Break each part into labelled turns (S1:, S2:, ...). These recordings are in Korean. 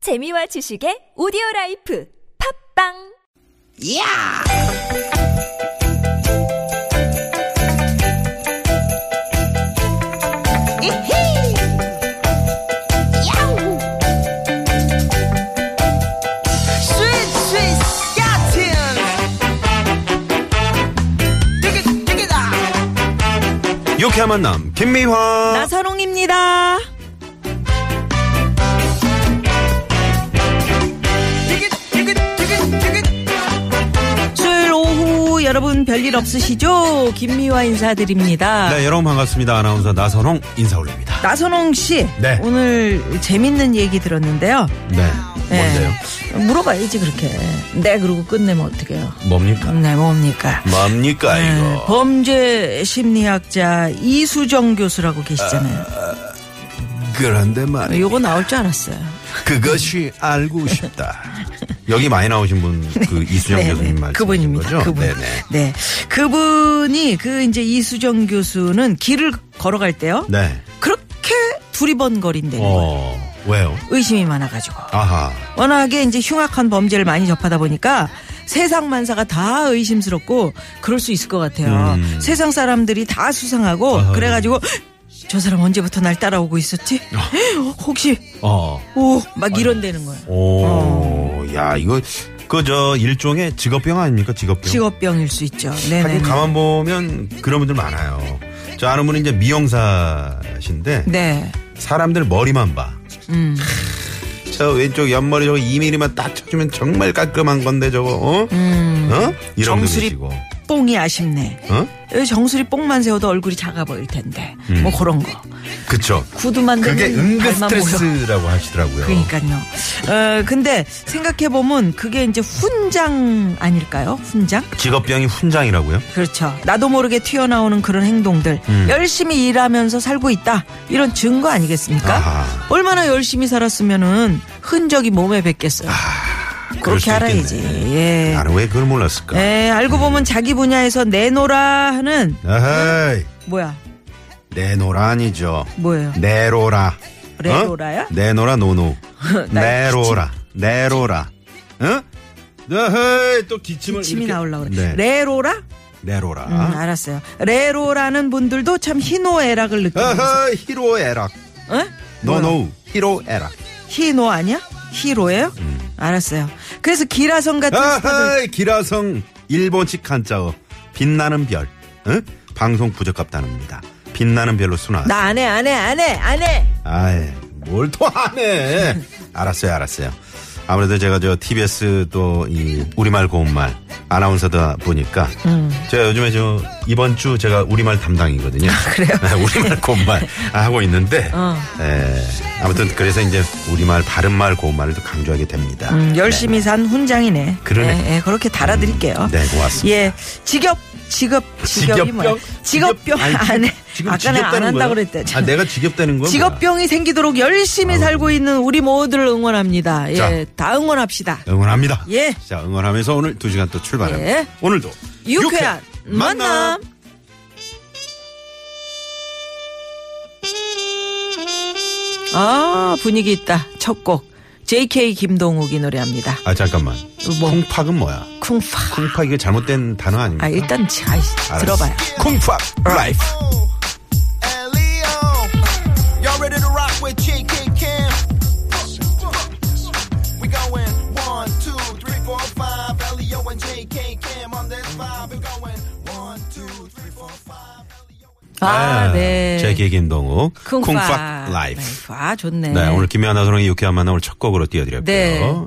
S1: 재미와 지식의 오디오 라이프 팝빵
S2: 야! 이히! 야우! 스윗 스윗 야틴! 띠기 띠기다!
S3: 유쾌한 만남 김미화
S4: 나선홍입니다.
S2: 띠기 띠기 띠기 띠기
S4: 수요일 오후 여러분 별일 없으시죠? 김미화 인사드립니다.
S3: 네 여러분 반갑습니다 아나운서 나선홍 인사 올립니다
S4: 나선홍 씨,
S3: 네.
S4: 오늘 재밌는 얘기 들었는데요.
S3: 네 뭔데요
S4: 네. 물어봐야지 그렇게. 네, 그리고 끝내면 어떡해요?
S3: 뭡니까
S4: 네, 뭡니까?
S3: 뭡니까
S4: 네,
S3: 이거
S4: 범죄 심리학자 이수정 교수라고 계시잖아요.
S3: 그런데 말이
S4: 요거 나올 줄 알았어요.
S3: 그것이 알고 싶다 여기 많이 나오신 분 그 이수정
S4: 네,
S3: 교수님
S4: 네.
S3: 말씀
S4: 그분입니다.
S3: 거죠?
S4: 그분.
S3: 네네
S4: 네. 그분이 그 이제 이수정 교수는 길을 걸어갈 때요.
S3: 네
S4: 그렇게 두리번거린대요.
S3: 어, 왜요
S4: 의심이 많아가지고.
S3: 아하
S4: 워낙에 이제 흉악한 범죄를 많이 접하다 보니까 세상 만사가 다 의심스럽고 그럴 수 있을 것 같아요.
S3: 음.
S4: 세상 사람들이 다 수상하고 그래가지고 저 사람 언제부터 날 따라오고 있었지?
S3: 아.
S4: 혹시
S3: 어
S4: 오 막 이런 되는 거예요. 어.
S3: 오, 야 이거 그 저 일종의 직업병 아닙니까 직업병
S4: 직업병일 수 있죠.
S3: 하긴
S4: 네네.
S3: 가만 보면 그런 분들 많아요 저 아는 분이 이제 미용사신데
S4: 네.
S3: 사람들 머리만 봐.
S4: 음.
S3: 저 왼쪽 옆머리 저거 2mm만 딱 쳐주면 정말 깔끔한 건데 저거 어? 어? 이런 분들
S4: 음. 정수리
S3: 계시고.
S4: 뽕이 아쉽네.
S3: 어?
S4: 여기 정수리 뽕만 세워도 얼굴이 작아 보일 텐데. 뭐 그런 거.
S3: 그쵸.
S4: 구두만
S3: 음. 그게
S4: 되면
S3: 은근
S4: 발만 보여.
S3: 스트레스라고 하시더라고요.
S4: 그러니까요. 어, 근데 생각해 보면 그게 이제 훈장 아닐까요? 훈장?
S3: 직업병이 훈장이라고요?
S4: 그렇죠. 나도 모르게 튀어나오는 그런 행동들.
S3: 음.
S4: 열심히 일하면서 살고 있다. 이런 증거 아니겠습니까?
S3: 아하.
S4: 얼마나 열심히 살았으면은 흔적이 몸에 뱉겠어요.
S3: 아, 그럴 수
S4: 그렇게 알아야지.
S3: 있겠네.
S4: 예.
S3: 나는 왜 그걸 몰랐을까?
S4: 예, 알고 보면 자기 분야에서 내놓라 하는
S3: 에헤이.
S4: 뭐야?
S3: 내노라 아니죠.
S4: 뭐예요?
S3: 내로라.
S4: 레로라야?
S3: 어? 내노라 노노.
S4: 나
S3: 내로라. 내로라. 응? 에헤이. 또 기침을
S4: 침이
S3: 이렇게.
S4: 나오려고 그래.
S3: 네. 아.
S4: 레로라?
S3: 내로라.
S4: 음, 알았어요. 레로라는 분들도 참 희노애락을 느끼면서
S3: 어허 히로에락
S4: 어?
S3: 노노 히로에락
S4: 희노 아니야? 희로예요?
S3: 음.
S4: 알았어요. 그래서 기라성 같은 스타들
S3: 어허 기라성 일본식 한자어 빛나는 별 응? 방송 부적합다입니다 빛나는 별로 순화
S4: 나 안 해, 안 해, 안 해, 안 해.
S3: 아이 뭘 또 안해 알았어요 알았어요 아무래도 제가 저 TBS 또이 우리말 고운말 아나운서다 보니까
S4: 음.
S3: 제가 요즘에 저 이번 주 제가 우리말 담당이거든요
S4: 아,
S3: 아,
S4: 그래요?
S3: 우리말 고운말 아, 하고 있는데
S4: 어.
S3: 예, 아무튼 그래서 이제 우리말 바른말 고운말을 또 강조하게 됩니다.
S4: 음, 열심히 산 훈장이네.
S3: 네. 그러네.
S4: 예, 예, 그렇게 달아드릴게요.
S3: 네, 고맙습니다.
S4: 예, 직업, 직업, 직업이
S3: 직업병?
S4: 뭐야? 직업병
S3: 아니,
S4: 안 해.
S3: 지금
S4: 아까는 안
S3: 지겹다는
S4: 한다
S3: 거야?
S4: 그랬대.
S3: 아, 내가 지겹다는 거야?
S4: 직업병이 생기도록 열심히 살고 있는 우리 모두를 응원합니다. 예,
S3: 자.
S4: 다 응원합시다.
S3: 뭐야? 응원합니다.
S4: 예.
S3: 자, 응원하면서 오늘 두 시간 또 출발합니다.
S4: 예.
S3: 오늘도
S4: 유쾌한
S3: 유쾌
S4: 만남. 아, 분위기 있다. 첫 곡. JK 김동욱이 노래합니다.
S3: 아, 잠깐만.
S4: 뭐?
S3: 콩팍은 뭐야?
S4: 쿵파.
S3: 콩팍 이거 잘못된 단어 아닙니까?
S4: 아, 일단, 지- 아이,
S3: 알았어.
S4: 들어봐요.
S3: 콩팍 라이프.
S5: and Leo. Y'all ready to rock with JK Kim? We going one, two, three, four, five. Leo and JK Kim on this vibe. We going one, two, three, four, five.
S4: 아, 네.
S3: 제게 김동욱.
S4: 쿵팍.
S3: 콩팍 라이프.
S4: 아, 좋네.
S3: 네, 오늘 김혜아 나선홍의 유쾌한 만남 오늘 첫 곡으로 띄워드렸고요.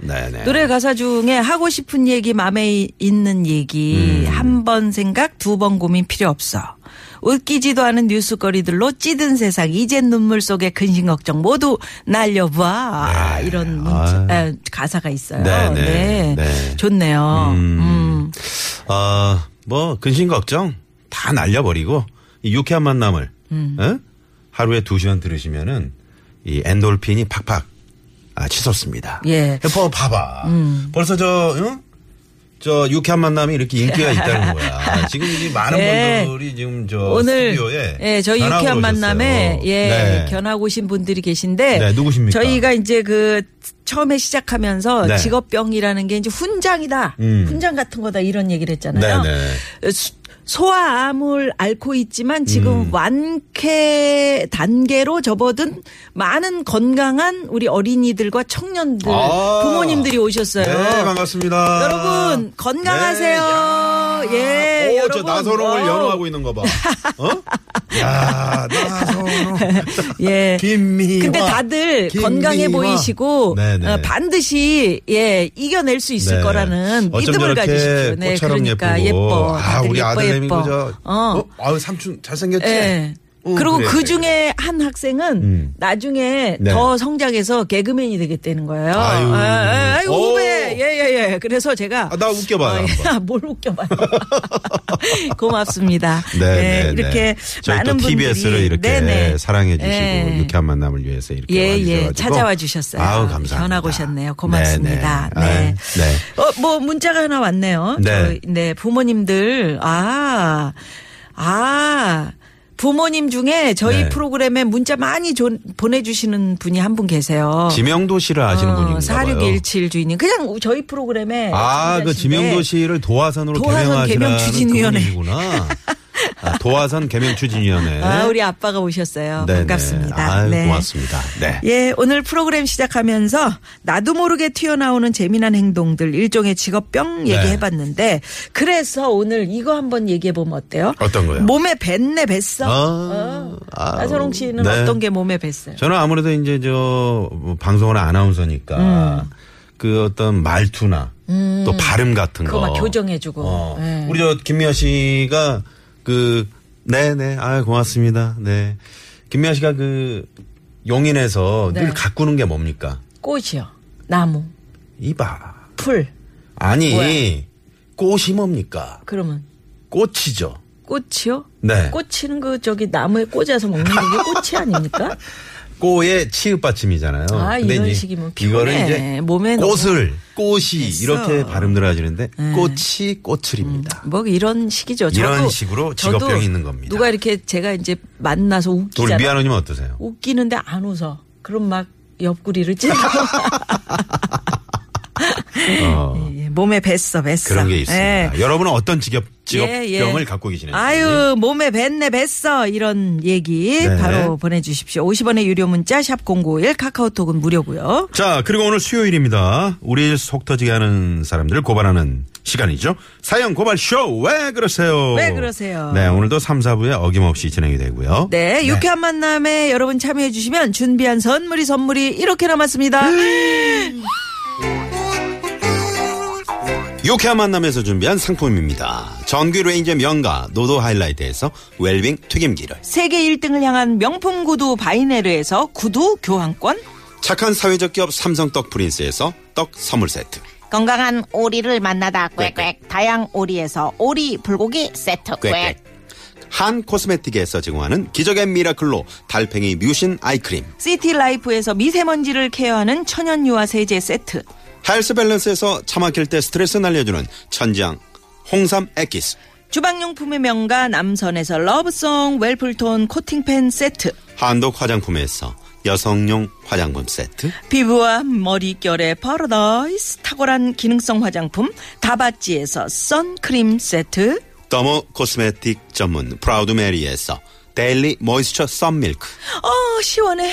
S3: 네, 네.
S4: 노래 가사 중에 하고 싶은 얘기, 마음에 이- 있는
S3: 음.
S4: 얘기, 한 번 생각, 두 번 고민 필요 없어. 웃기지도 않은 뉴스거리들로 찌든 세상, 이젠 눈물 속에 근심 걱정 모두 날려봐.
S3: 네.
S4: 이런 문자, 에, 가사가 있어요.
S3: 네, 네,
S4: 네.
S3: 네.
S4: 좋네요. 음.
S3: 어, 뭐 근심 걱정 다 날려버리고 이 유쾌한 만남을
S4: 음.
S3: 어? 하루에 두 시간 들으시면은 이 엔돌핀이 팍팍 아, 치솟습니다.
S4: 예.
S3: 봐, 봐봐. 벌써 저 응? 저 유쾌한 만남이 이렇게 인기가 있다는 거야. 지금 이 많은
S4: 네.
S3: 분들이 지금 저
S4: 오늘
S3: 어, 스튜디오에
S4: 예, 저희
S3: 견학을
S4: 유쾌한
S3: 오셨어요.
S4: 만남에 예,
S3: 네.
S4: 견하고 오신 분들이 계신데
S3: 네, 누구십니까?
S4: 저희가 이제 그 처음에 시작하면서
S3: 네.
S4: 직업병이라는 게 이제 훈장이다.
S3: 음.
S4: 훈장 같은 거다 이런 얘기를 했잖아요.
S3: 네,
S4: 수- 소아암을 앓고 있지만 지금
S3: 음.
S4: 완쾌 단계로 접어든 많은 건강한 우리 어린이들과 청년들
S3: 아.
S4: 부모님들이 오셨어요.
S3: 네, 반갑습니다.
S4: 여러분 건강하세요.
S3: 네.
S4: 예,
S3: 오,
S4: 여러분.
S3: 저 나선홍을
S4: 와우.
S3: 연호하고 있는 거 봐. 어? 야, 나선홍.
S4: 예.
S3: 김미화.
S4: 근데 다들
S3: 김미화.
S4: 건강해 보이시고
S3: 예. 네네.
S4: 어, 반드시 예 이겨낼 수 있을
S3: 네.
S4: 거라는
S3: 어쩜
S4: 믿음을
S3: 저렇게
S4: 가지십시오. 네,
S3: 꽃처럼
S4: 그러니까
S3: 예쁘고.
S4: 예뻐.
S3: 아,
S4: 다들
S3: 우리
S4: 예뻐,
S3: 아들내미
S4: 예뻐.
S3: 그저.
S4: 어.
S3: 어? 아유, 삼촌 잘생겼지?
S4: 예.
S3: 응,
S4: 그리고
S3: 그래.
S4: 그 중에 한 학생은
S3: 음.
S4: 나중에
S3: 네.
S4: 더 성장해서 개그맨이 되겠다는 거예요.
S3: 아유.
S4: 예, 예, 아유,
S3: 오.
S4: 후배. 예, 예, 예. 그래서 제가.
S3: 아, 나 웃겨봐요,
S4: 어,
S3: 한번.
S4: 예. 뭘 웃겨봐요. 고맙습니다. 예,
S3: 네, 네,
S4: 이렇게
S3: 네. 저희
S4: 많은
S3: 또
S4: 분들이.
S3: TBS를 이렇게
S4: 네네.
S3: 사랑해 주시고
S4: 예.
S3: 유쾌한 만남을 위해서 이렇게
S4: 예, 예.
S3: 와주셔가지고.
S4: 찾아와 주셨어요.
S3: 아우 감사합니다.
S4: 전화 오셨네요. 고맙습니다.
S3: 네, 네.
S4: 네.
S3: 아, 네.
S4: 어, 뭐 문자가 하나 왔네요.
S3: 네.
S4: 저희, 네. 부모님들 아. 아. 부모님 중에 저희
S3: 네.
S4: 프로그램에 문자 많이 조- 보내주시는 분이 한 분 계세요.
S3: 지명도 씨를 아시는
S4: 어,
S3: 분인가 봐요.
S4: 4617 주인님. 그냥 저희 프로그램에.
S3: 아, 그
S4: 참여하신데
S3: 지명도 씨를 도화선으로
S4: 네, 도화선
S3: 개명하시라는
S4: 개명추진위원회.
S3: 그분이구나. 아, 도화선 개명추진위원회.
S4: 아, 우리 아빠가 오셨어요.
S3: 네네.
S4: 반갑습니다.
S3: 아유, 고맙습니다. 네.
S4: 예, 오늘 프로그램 시작하면서 나도 모르게 튀어나오는 재미난 행동들 일종의 직업병
S3: 네.
S4: 얘기해봤는데 그래서 오늘 이거 한번 얘기해보면 어때요?
S3: 어떤 거요?
S4: 몸에 뱄네 뭐- 뱄어.
S3: 아, 아우.
S4: 나선홍 씨는
S3: 네.
S4: 어떤 게 몸에 뱄어요?
S3: 저는 아무래도 이제 저 어, 방송은 아나운서니까
S4: 음.
S3: 그 어떤 말투나 또 발음 같은
S4: 그거
S3: 거.
S4: 막 교정해주고.
S3: 어.
S4: 네.
S3: 우리 저 김미아 씨가 그 네네 아 고맙습니다. 네 김미아 씨가 그 용인에서
S4: 네.
S3: 늘 가꾸는 게 뭡니까?
S4: 꽃이요, 나무,
S3: 이봐
S4: 풀.
S3: 아니
S4: 뭐야?
S3: 꽃이 뭡니까?
S4: 그러면
S3: 꽃이죠.
S4: 꽃이요?
S3: 네.
S4: 꽃이는 그 저기 나무에 꽂아서 먹는 게 꽃이 아닙니까?
S3: 꽃의 치읍 받침이잖아요.
S4: 아, 이런 식이면
S3: 이거를
S4: 피곤해.
S3: 이제
S4: 몸에 너무-
S3: 꽃을 꽃이
S4: 됐어. 네.
S3: 이렇게 발음들 하시는데 꽃이 꼬틀입니다.
S4: 뭐 이런 식이죠.
S3: 이런
S4: 저도-
S3: 식으로
S4: 저도
S3: 직업병이 있는 겁니다.
S4: 누가 이렇게 제가 이제 만나서
S3: 우리
S4: 웃기잖아.
S3: 미아노님 어떠세요?
S4: 웃기는데 안 웃어. 그럼 막 옆구리를 찔러.
S3: 어,
S4: 예, 몸에 뱄어, 뱄어.
S3: 그런 게 있습니다.
S4: 예.
S3: 여러분은 어떤 직업
S4: 예, 예.
S3: 직업병을 갖고 계시나요?
S4: 아유, 몸에 뱄네, 뱄어. 이런 얘기
S3: 네.
S4: 바로 보내주십시오. 50원의 유료 문자, 샵0951, 카카오톡은 무료고요
S3: 자, 그리고 오늘 수요일입니다. 우리 속 터지게 하는 사람들을 고발하는 시간이죠. 사연 고발 쇼! 왜 그러세요?
S4: 왜 그러세요?
S3: 네, 오늘도 3, 4부에 어김없이 진행이 되고요.
S4: 네, 유쾌한 만남에 여러분 참여해주시면 준비한 선물이 선물이 이렇게 남았습니다.
S3: 음. 유쾌한 만남에서 준비한 상품입니다. 전기 레인저 명가 노도 하이라이트에서 웰빙 튀김기를
S4: 세계 1등을 향한 명품 구두 바이네르에서 구두 교환권.
S3: 착한 사회적 기업 삼성 떡 프린스에서 떡 선물 세트
S6: 건강한 오리를 만나다 꽥꽥 다양 오리에서 오리 불고기 세트 꽥꽥
S3: 꽥꽥 한 코스메틱에서 제공하는 기적의 미라클로 달팽이 뮤신 아이크림
S4: 시티라이프에서 미세먼지를 케어하는 천연 유화 세제 세트.
S3: 헬스 밸런스에서 차 막힐 때 스트레스 날려주는 천장 홍삼 액기스
S4: 주방용품의 명가 남선에서 러브송 웰플톤 코팅팬 세트.
S3: 한독 화장품에서 여성용 화장품 세트
S4: 피부와 머릿결의 파라다이스 탁월한 기능성 화장품 다바찌에서 선크림 세트.
S3: 더모 코스메틱 전문 프라우드 메리에서 데일리 모이스처 썬밀크
S4: 어, 시원해.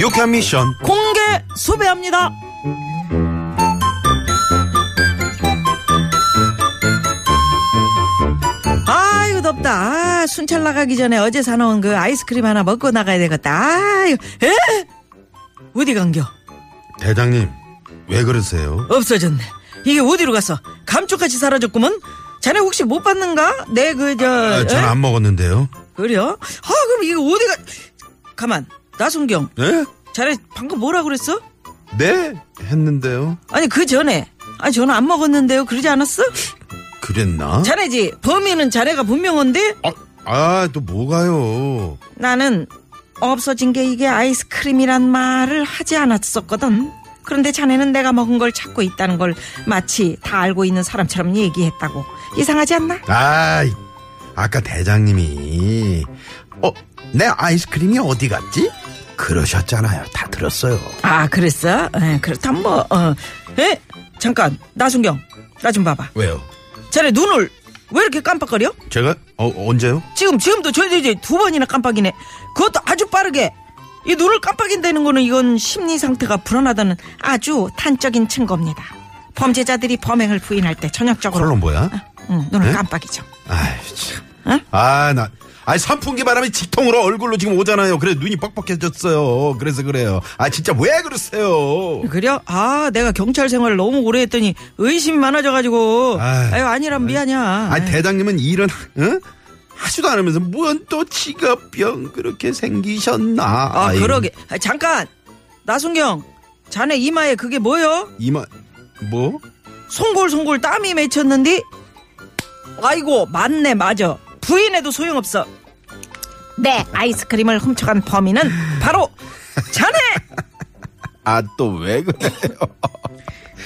S3: 유쾌한 미션
S4: 공개 수배합니다. 아유 덥다. 아, 순찰 나가기 전에 어제 사놓은 그 아이스크림 하나 먹고 나가야 되겠다. 아, 이거, 에? 어디 간겨?
S3: 대장님, 왜 그러세요?
S4: 없어졌네. 이게 어디로 갔어? 감쪽같이 사라졌구먼? 자네 혹시 못 봤는가? 내 그, 저.
S3: 아,
S4: 에?
S3: 전안 먹었는데요.
S4: 그래요? 아, 그럼 이거 어디가. 가만. 나순경.
S3: 네?
S4: 자네 방금 뭐라 그랬어?
S3: 네? 했는데요.
S4: 아니, 그 전에. 아니, 저는 안 먹었는데요. 그러지 않았어?
S3: 그랬나?
S4: 자네지. 범인은 자네가 분명한데?
S3: 아, 아, 또 뭐가요?
S4: 나는 없어진 게 이게 아이스크림이란 말을 하지 않았었거든. 그런데 자네는 내가 먹은 걸 찾고 있다는 걸 마치 다 알고 있는 사람처럼 얘기했다고. 이상하지 않나?
S3: 아, 아까 대장님이 어, 내 아이스크림이 어디 갔지? 그러셨잖아요. 다 들었어요.
S4: 아, 그랬어? 에, 그렇다면 뭐, 어. 에? 잠깐, 나순경. 나 좀 봐봐.
S3: 왜요?
S4: 자네 눈을 왜 이렇게 깜빡거려?
S3: 제가 어, 언제요?
S4: 지금, 지금도 저, 저, 저, 두 번이나 깜빡이네. 그것도 아주 빠르게. 이 눈을 깜빡인다는 거는 이건 심리 상태가 불안하다는 아주 탄적인 증거입니다. 범죄자들이 범행을 부인할 때 전형적으로
S3: 콜롬보야?
S4: 응, 눈을
S3: 네?
S4: 깜빡이죠.
S3: 아이 참.
S4: 어?
S3: 아, 나 아니 선풍기 바람이 직통으로 얼굴로 지금 오잖아요. 그래 눈이 뻑뻑해졌어요. 그래서 그래요. 아 진짜 왜 그러세요?
S4: 그래요? 아, 내가 경찰 생활을 너무 오래 했더니 의심이 많아져가지고.
S3: 아유,
S4: 아유, 아니란 미안이야.
S3: 아니 대장님은 이런 응? 하지도 않으면서 뭔또 직업병 그렇게 생기셨나?
S4: 아,
S3: 아이고.
S4: 그러게. 아, 잠깐! 나순경, 자네 이마에 그게 뭐요?
S3: 이마 뭐?
S4: 송골송골 땀이 맺혔는데? 아이고, 맞네, 맞아. 부인해도 소용없어. 내 아이스크림을 훔쳐간 범인은 바로 자네!
S3: 아 또 왜 그래요?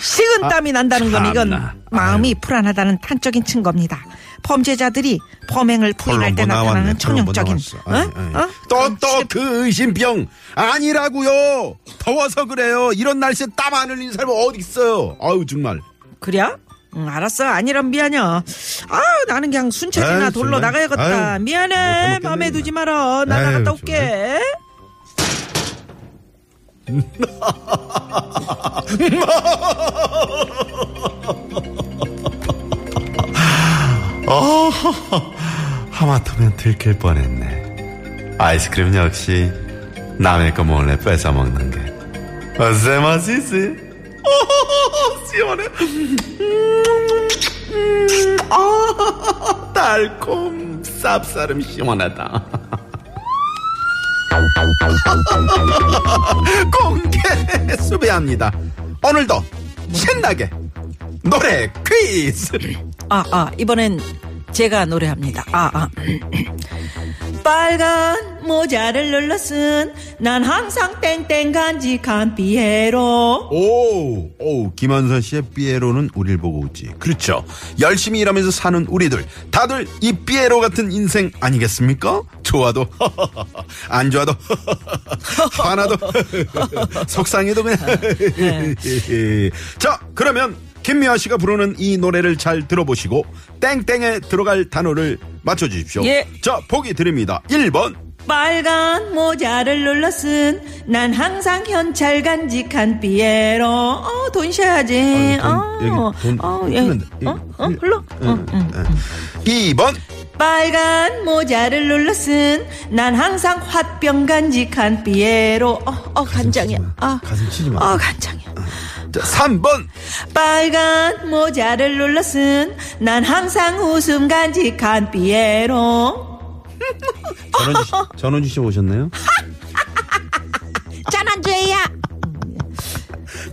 S4: 식은 땀이 난다는 건
S3: 아, 참나.
S4: 이건 마음이 불안하다는 탄적인 증거입니다. 범죄자들이 범행을 부인할 때
S3: 콜롬보 뭐 나왔네.
S4: 나타나는 전형적인.
S3: 콜롬보 나왔어. 아니, 아니. 또또 그 의심병 아니라고요. 더워서 그래요. 이런 날씨에 땀 안 흘리는 사람 어디 있어요? 아유 정말.
S4: 그래? 응, 알았어. 아니란 미안해. 아, 나는 그냥 순찰이나
S3: 아유, 정말.
S4: 돌로 나가야겠다.
S3: 아유, 뭐
S4: 미안해.
S3: 잘못됐네,
S4: 마음에
S3: 정말.
S4: 두지 마라. 나
S3: 아유,
S4: 나갔다
S3: 정말.
S4: 올게.
S3: 어, 하마터면 들킬 뻔했네. 아이스크림 역시 남의 거 몰래 뺏어 먹는 게. 어새 맛이지? 오, 시원해. 음, 아, 달콤, 쌉싸름 시원하다. 공개 수배합니다. 오늘도 신나게 노래 퀴즈.
S4: 아, 아, 이번엔 제가 노래합니다. 아, 아. 빨간 모자를 눌러 쓴난 항상 땡땡 간직한 피에로.
S3: 오, 오, 김한선 씨의 삐에로는 우릴 보고 웃지. 그렇죠. 열심히 일하면서 사는 우리들. 다들 이 삐에로 같은 인생 아니겠습니까? 좋아도, 안 좋아도, 화나도, 속상해도 그냥. 자, 그러면 김미아 씨가 부르는 이 노래를 잘 들어보시고, 땡땡에 들어갈 단어를 맞춰주십시오.
S4: 예.
S3: 자, 보기 드립니다. 1번,
S4: 빨간 모자를 눌러 쓴난 항상 현찰 간직한 피에로. 어, 돈 셔야지.
S3: 아니, 돈, 여기 돈
S4: 어, 어, 예.
S3: 흘렀는데.
S4: 어, 어,
S3: 흘-
S4: 흘러. 어, 응.
S3: 2번,
S4: 빨간 모자를 눌러 쓴난 항상 화병 간직한 피에로 어, 어 간장이야 아,
S3: 가슴 치지 마.
S4: 어 간장이야
S3: 3번,
S4: 빨간 모자를 눌러 쓴난 항상 웃음 간직한 피에로
S3: 전원주 씨, 전원주 씨 오셨네요.
S6: 짠한 죄야.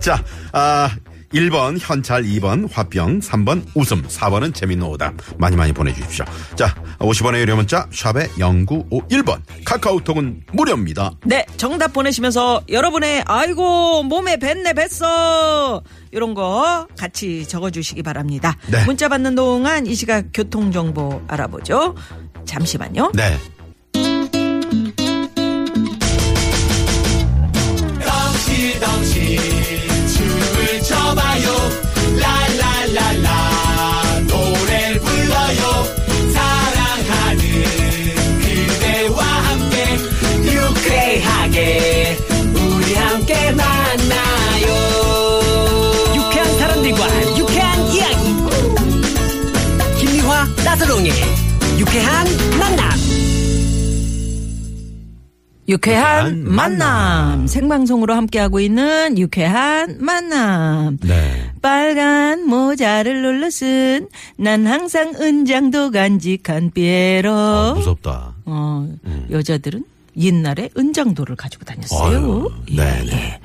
S3: 자, 아, 1번 현찰, 2번 화병, 3번 웃음, 4번은 재밌는 오답. 많이 많이 보내주십시오. 자, 50원의 유료 문자, 샵의 0951번. 카카오톡은 무료입니다.
S4: 네 정답 보내시면서 여러분의 아이고 몸에 뱉네 뱉어 이런 거 같이 적어주시기 바랍니다
S3: 네.
S4: 문자 받는 동안 이 시각 교통정보 알아보죠 잠시만요
S3: 네.
S7: 유쾌한 사람들과 유쾌한 이야기 김미화 나서롱의 유쾌한
S2: 유쾌한 만남.
S4: 유쾌한
S3: 유쾌한
S4: 만남.
S3: 만남.
S4: 생방송으로 함께하고 있는 유쾌한 만남.
S3: 네.
S4: 빨간 모자를 눌러 쓴, 난 항상 은장도 간직한 삐에로.
S3: 아, 무섭다.
S4: 어, 여자들은 옛날에 은장도를 가지고 다녔어요. 예.
S3: 아유, 네네.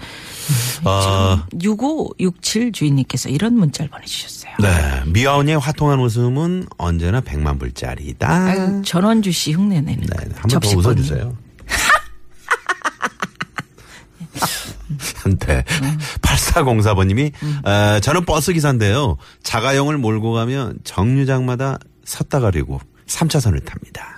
S3: 아,
S4: 6567 주인님께서 이런 문자를 보내주셨어요.
S3: 네. 미아원의 화통한 웃음은 언제나 100만 불짜리다.
S4: 아유, 전원주 씨 흉내내는
S3: 네,
S4: 거.
S3: 한번 더
S4: 접시권.
S3: 웃어주세요. 한테 8404번님이 어, 저는 버스 기사인데요. 자가용을 몰고 가면 정류장마다 섰다 가려고 3차선을 탑니다.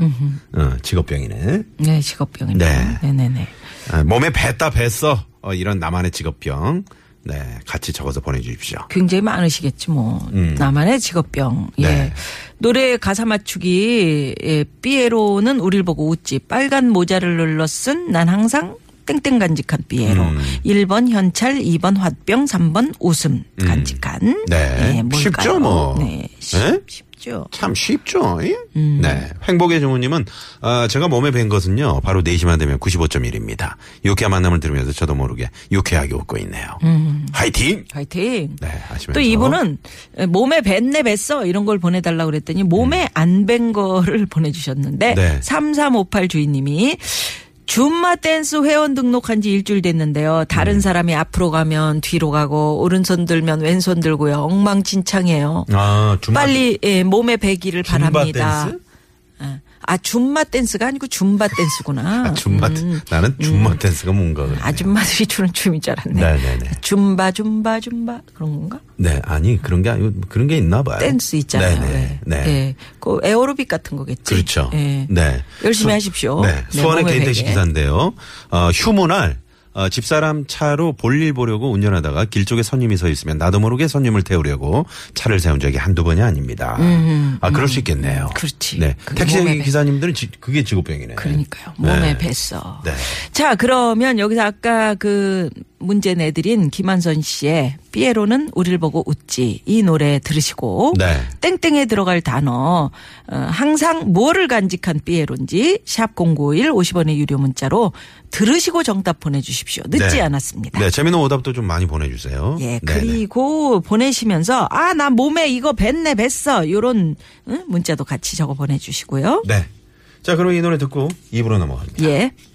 S3: 어, 직업병이네.
S4: 네, 직업병이네.
S3: 네.
S4: 네네네.
S3: 아, 몸에 뱉다 뱉어 어, 이런 나만의 직업병. 네, 같이 적어서 보내주십시오.
S4: 굉장히 많으시겠지 뭐 나만의 직업병 예
S3: 음. 네.
S4: 노래 가사 맞추기 예. 삐에로는 우릴 보고 웃지 빨간 모자를 눌러 쓴 난 항상 땡땡 간직한 삐에로
S3: 음.
S4: 1번 현찰 2번 화병 3번 웃음 간직한
S3: 네.
S4: 예, 뭘까요?
S3: 쉽죠, 뭐.
S4: 네 쉽,
S3: 예?
S4: 쉽죠
S3: 참 쉽죠. 예?
S4: 음.
S3: 네. 행복의 주모님은 아, 제가 몸에 뵌 것은요. 바로 4시만 되면 95.1입니다. 유쾌한 만남을 들으면서 저도 모르게 유쾌하게 웃고 있네요. 화이팅!
S4: 화이팅
S3: 네, 하시면서.
S4: 음. 또 이분은 몸에 뱉네 뱉어 이런 걸 보내달라고 그랬더니 몸에 안 뵌 거를 보내주셨는데
S3: 음. 네.
S4: 3358 주인님이 줌마 댄스 회원 등록한 지 일주일 됐는데요.
S3: 음.
S4: 다른 사람이 앞으로 가면 뒤로 가고 오른손 들면 왼손 들고요. 엉망진창이에요.
S3: 아, 주마
S4: 빨리 예, 몸에 배기를
S3: 줌바
S4: 바랍니다.
S3: 댄스?
S4: 아, 아 줌마 댄스가 아니고 줌바 댄스구나.
S3: 아, 줌마 댄- 나는 줌마 댄스가 뭔가 그러네.
S4: 음. 아줌마들이 추는 춤인 줄 알았네.
S3: 네네네.
S4: 줌바 줌바 줌바 그런 건가?
S3: 네, 아니 그런 게 아니고 그런 게 있나 봐요.
S4: 댄스 있잖아요.
S3: 네네.
S4: 네.
S3: 네.
S4: 예. 그 에어로빅 같은 거겠지.
S3: 그렇죠.
S4: 예.
S3: 네.
S4: 열심히
S3: 수-
S4: 하십시오.
S3: 네.
S4: 네,
S3: 수원의
S4: 몸에
S3: 개인택시
S4: 배게.
S3: 기사인데요. 어, 휴무날 어, 집사람 차로 볼일 보려고 운전하다가 길 쪽에 손님이 서 있으면 나도 모르게 손님을 태우려고 차를 세운 적이 한두 번이 아닙니다. 아, 그럴 수 있겠네요.
S4: 음, 그렇지.
S3: 네.
S4: 그게 몸에
S3: 택시
S4: 배-
S3: 기사님들은 지- 그게 직업병이네.
S4: 그러니까요.
S3: 네.
S4: 몸에 뱄어.
S3: 네.
S4: 자, 그러면 여기서 아까 그 문제 내드린 김한선 씨의 피에로는 우리를 보고 웃지 이 노래 들으시고
S3: 네.
S4: 땡땡에 들어갈 단어 어, 항상 뭐를 간직한 피에로인지 샵 0951 50원의 유료 문자로 들으시고 정답 보내주십시오. 늦지
S3: 네.
S4: 않았습니다.
S3: 네, 재미있는 오답도 좀 많이 보내주세요. 네네.
S4: 예, 그리고 보내시면서 아 나 몸에 이거 뱄네 뱄어 요런 응? 문자도 같이 적어 보내주시고요.
S3: 네. 자, 그럼 이 노래 듣고 입으로 넘어갑니다.
S4: 예.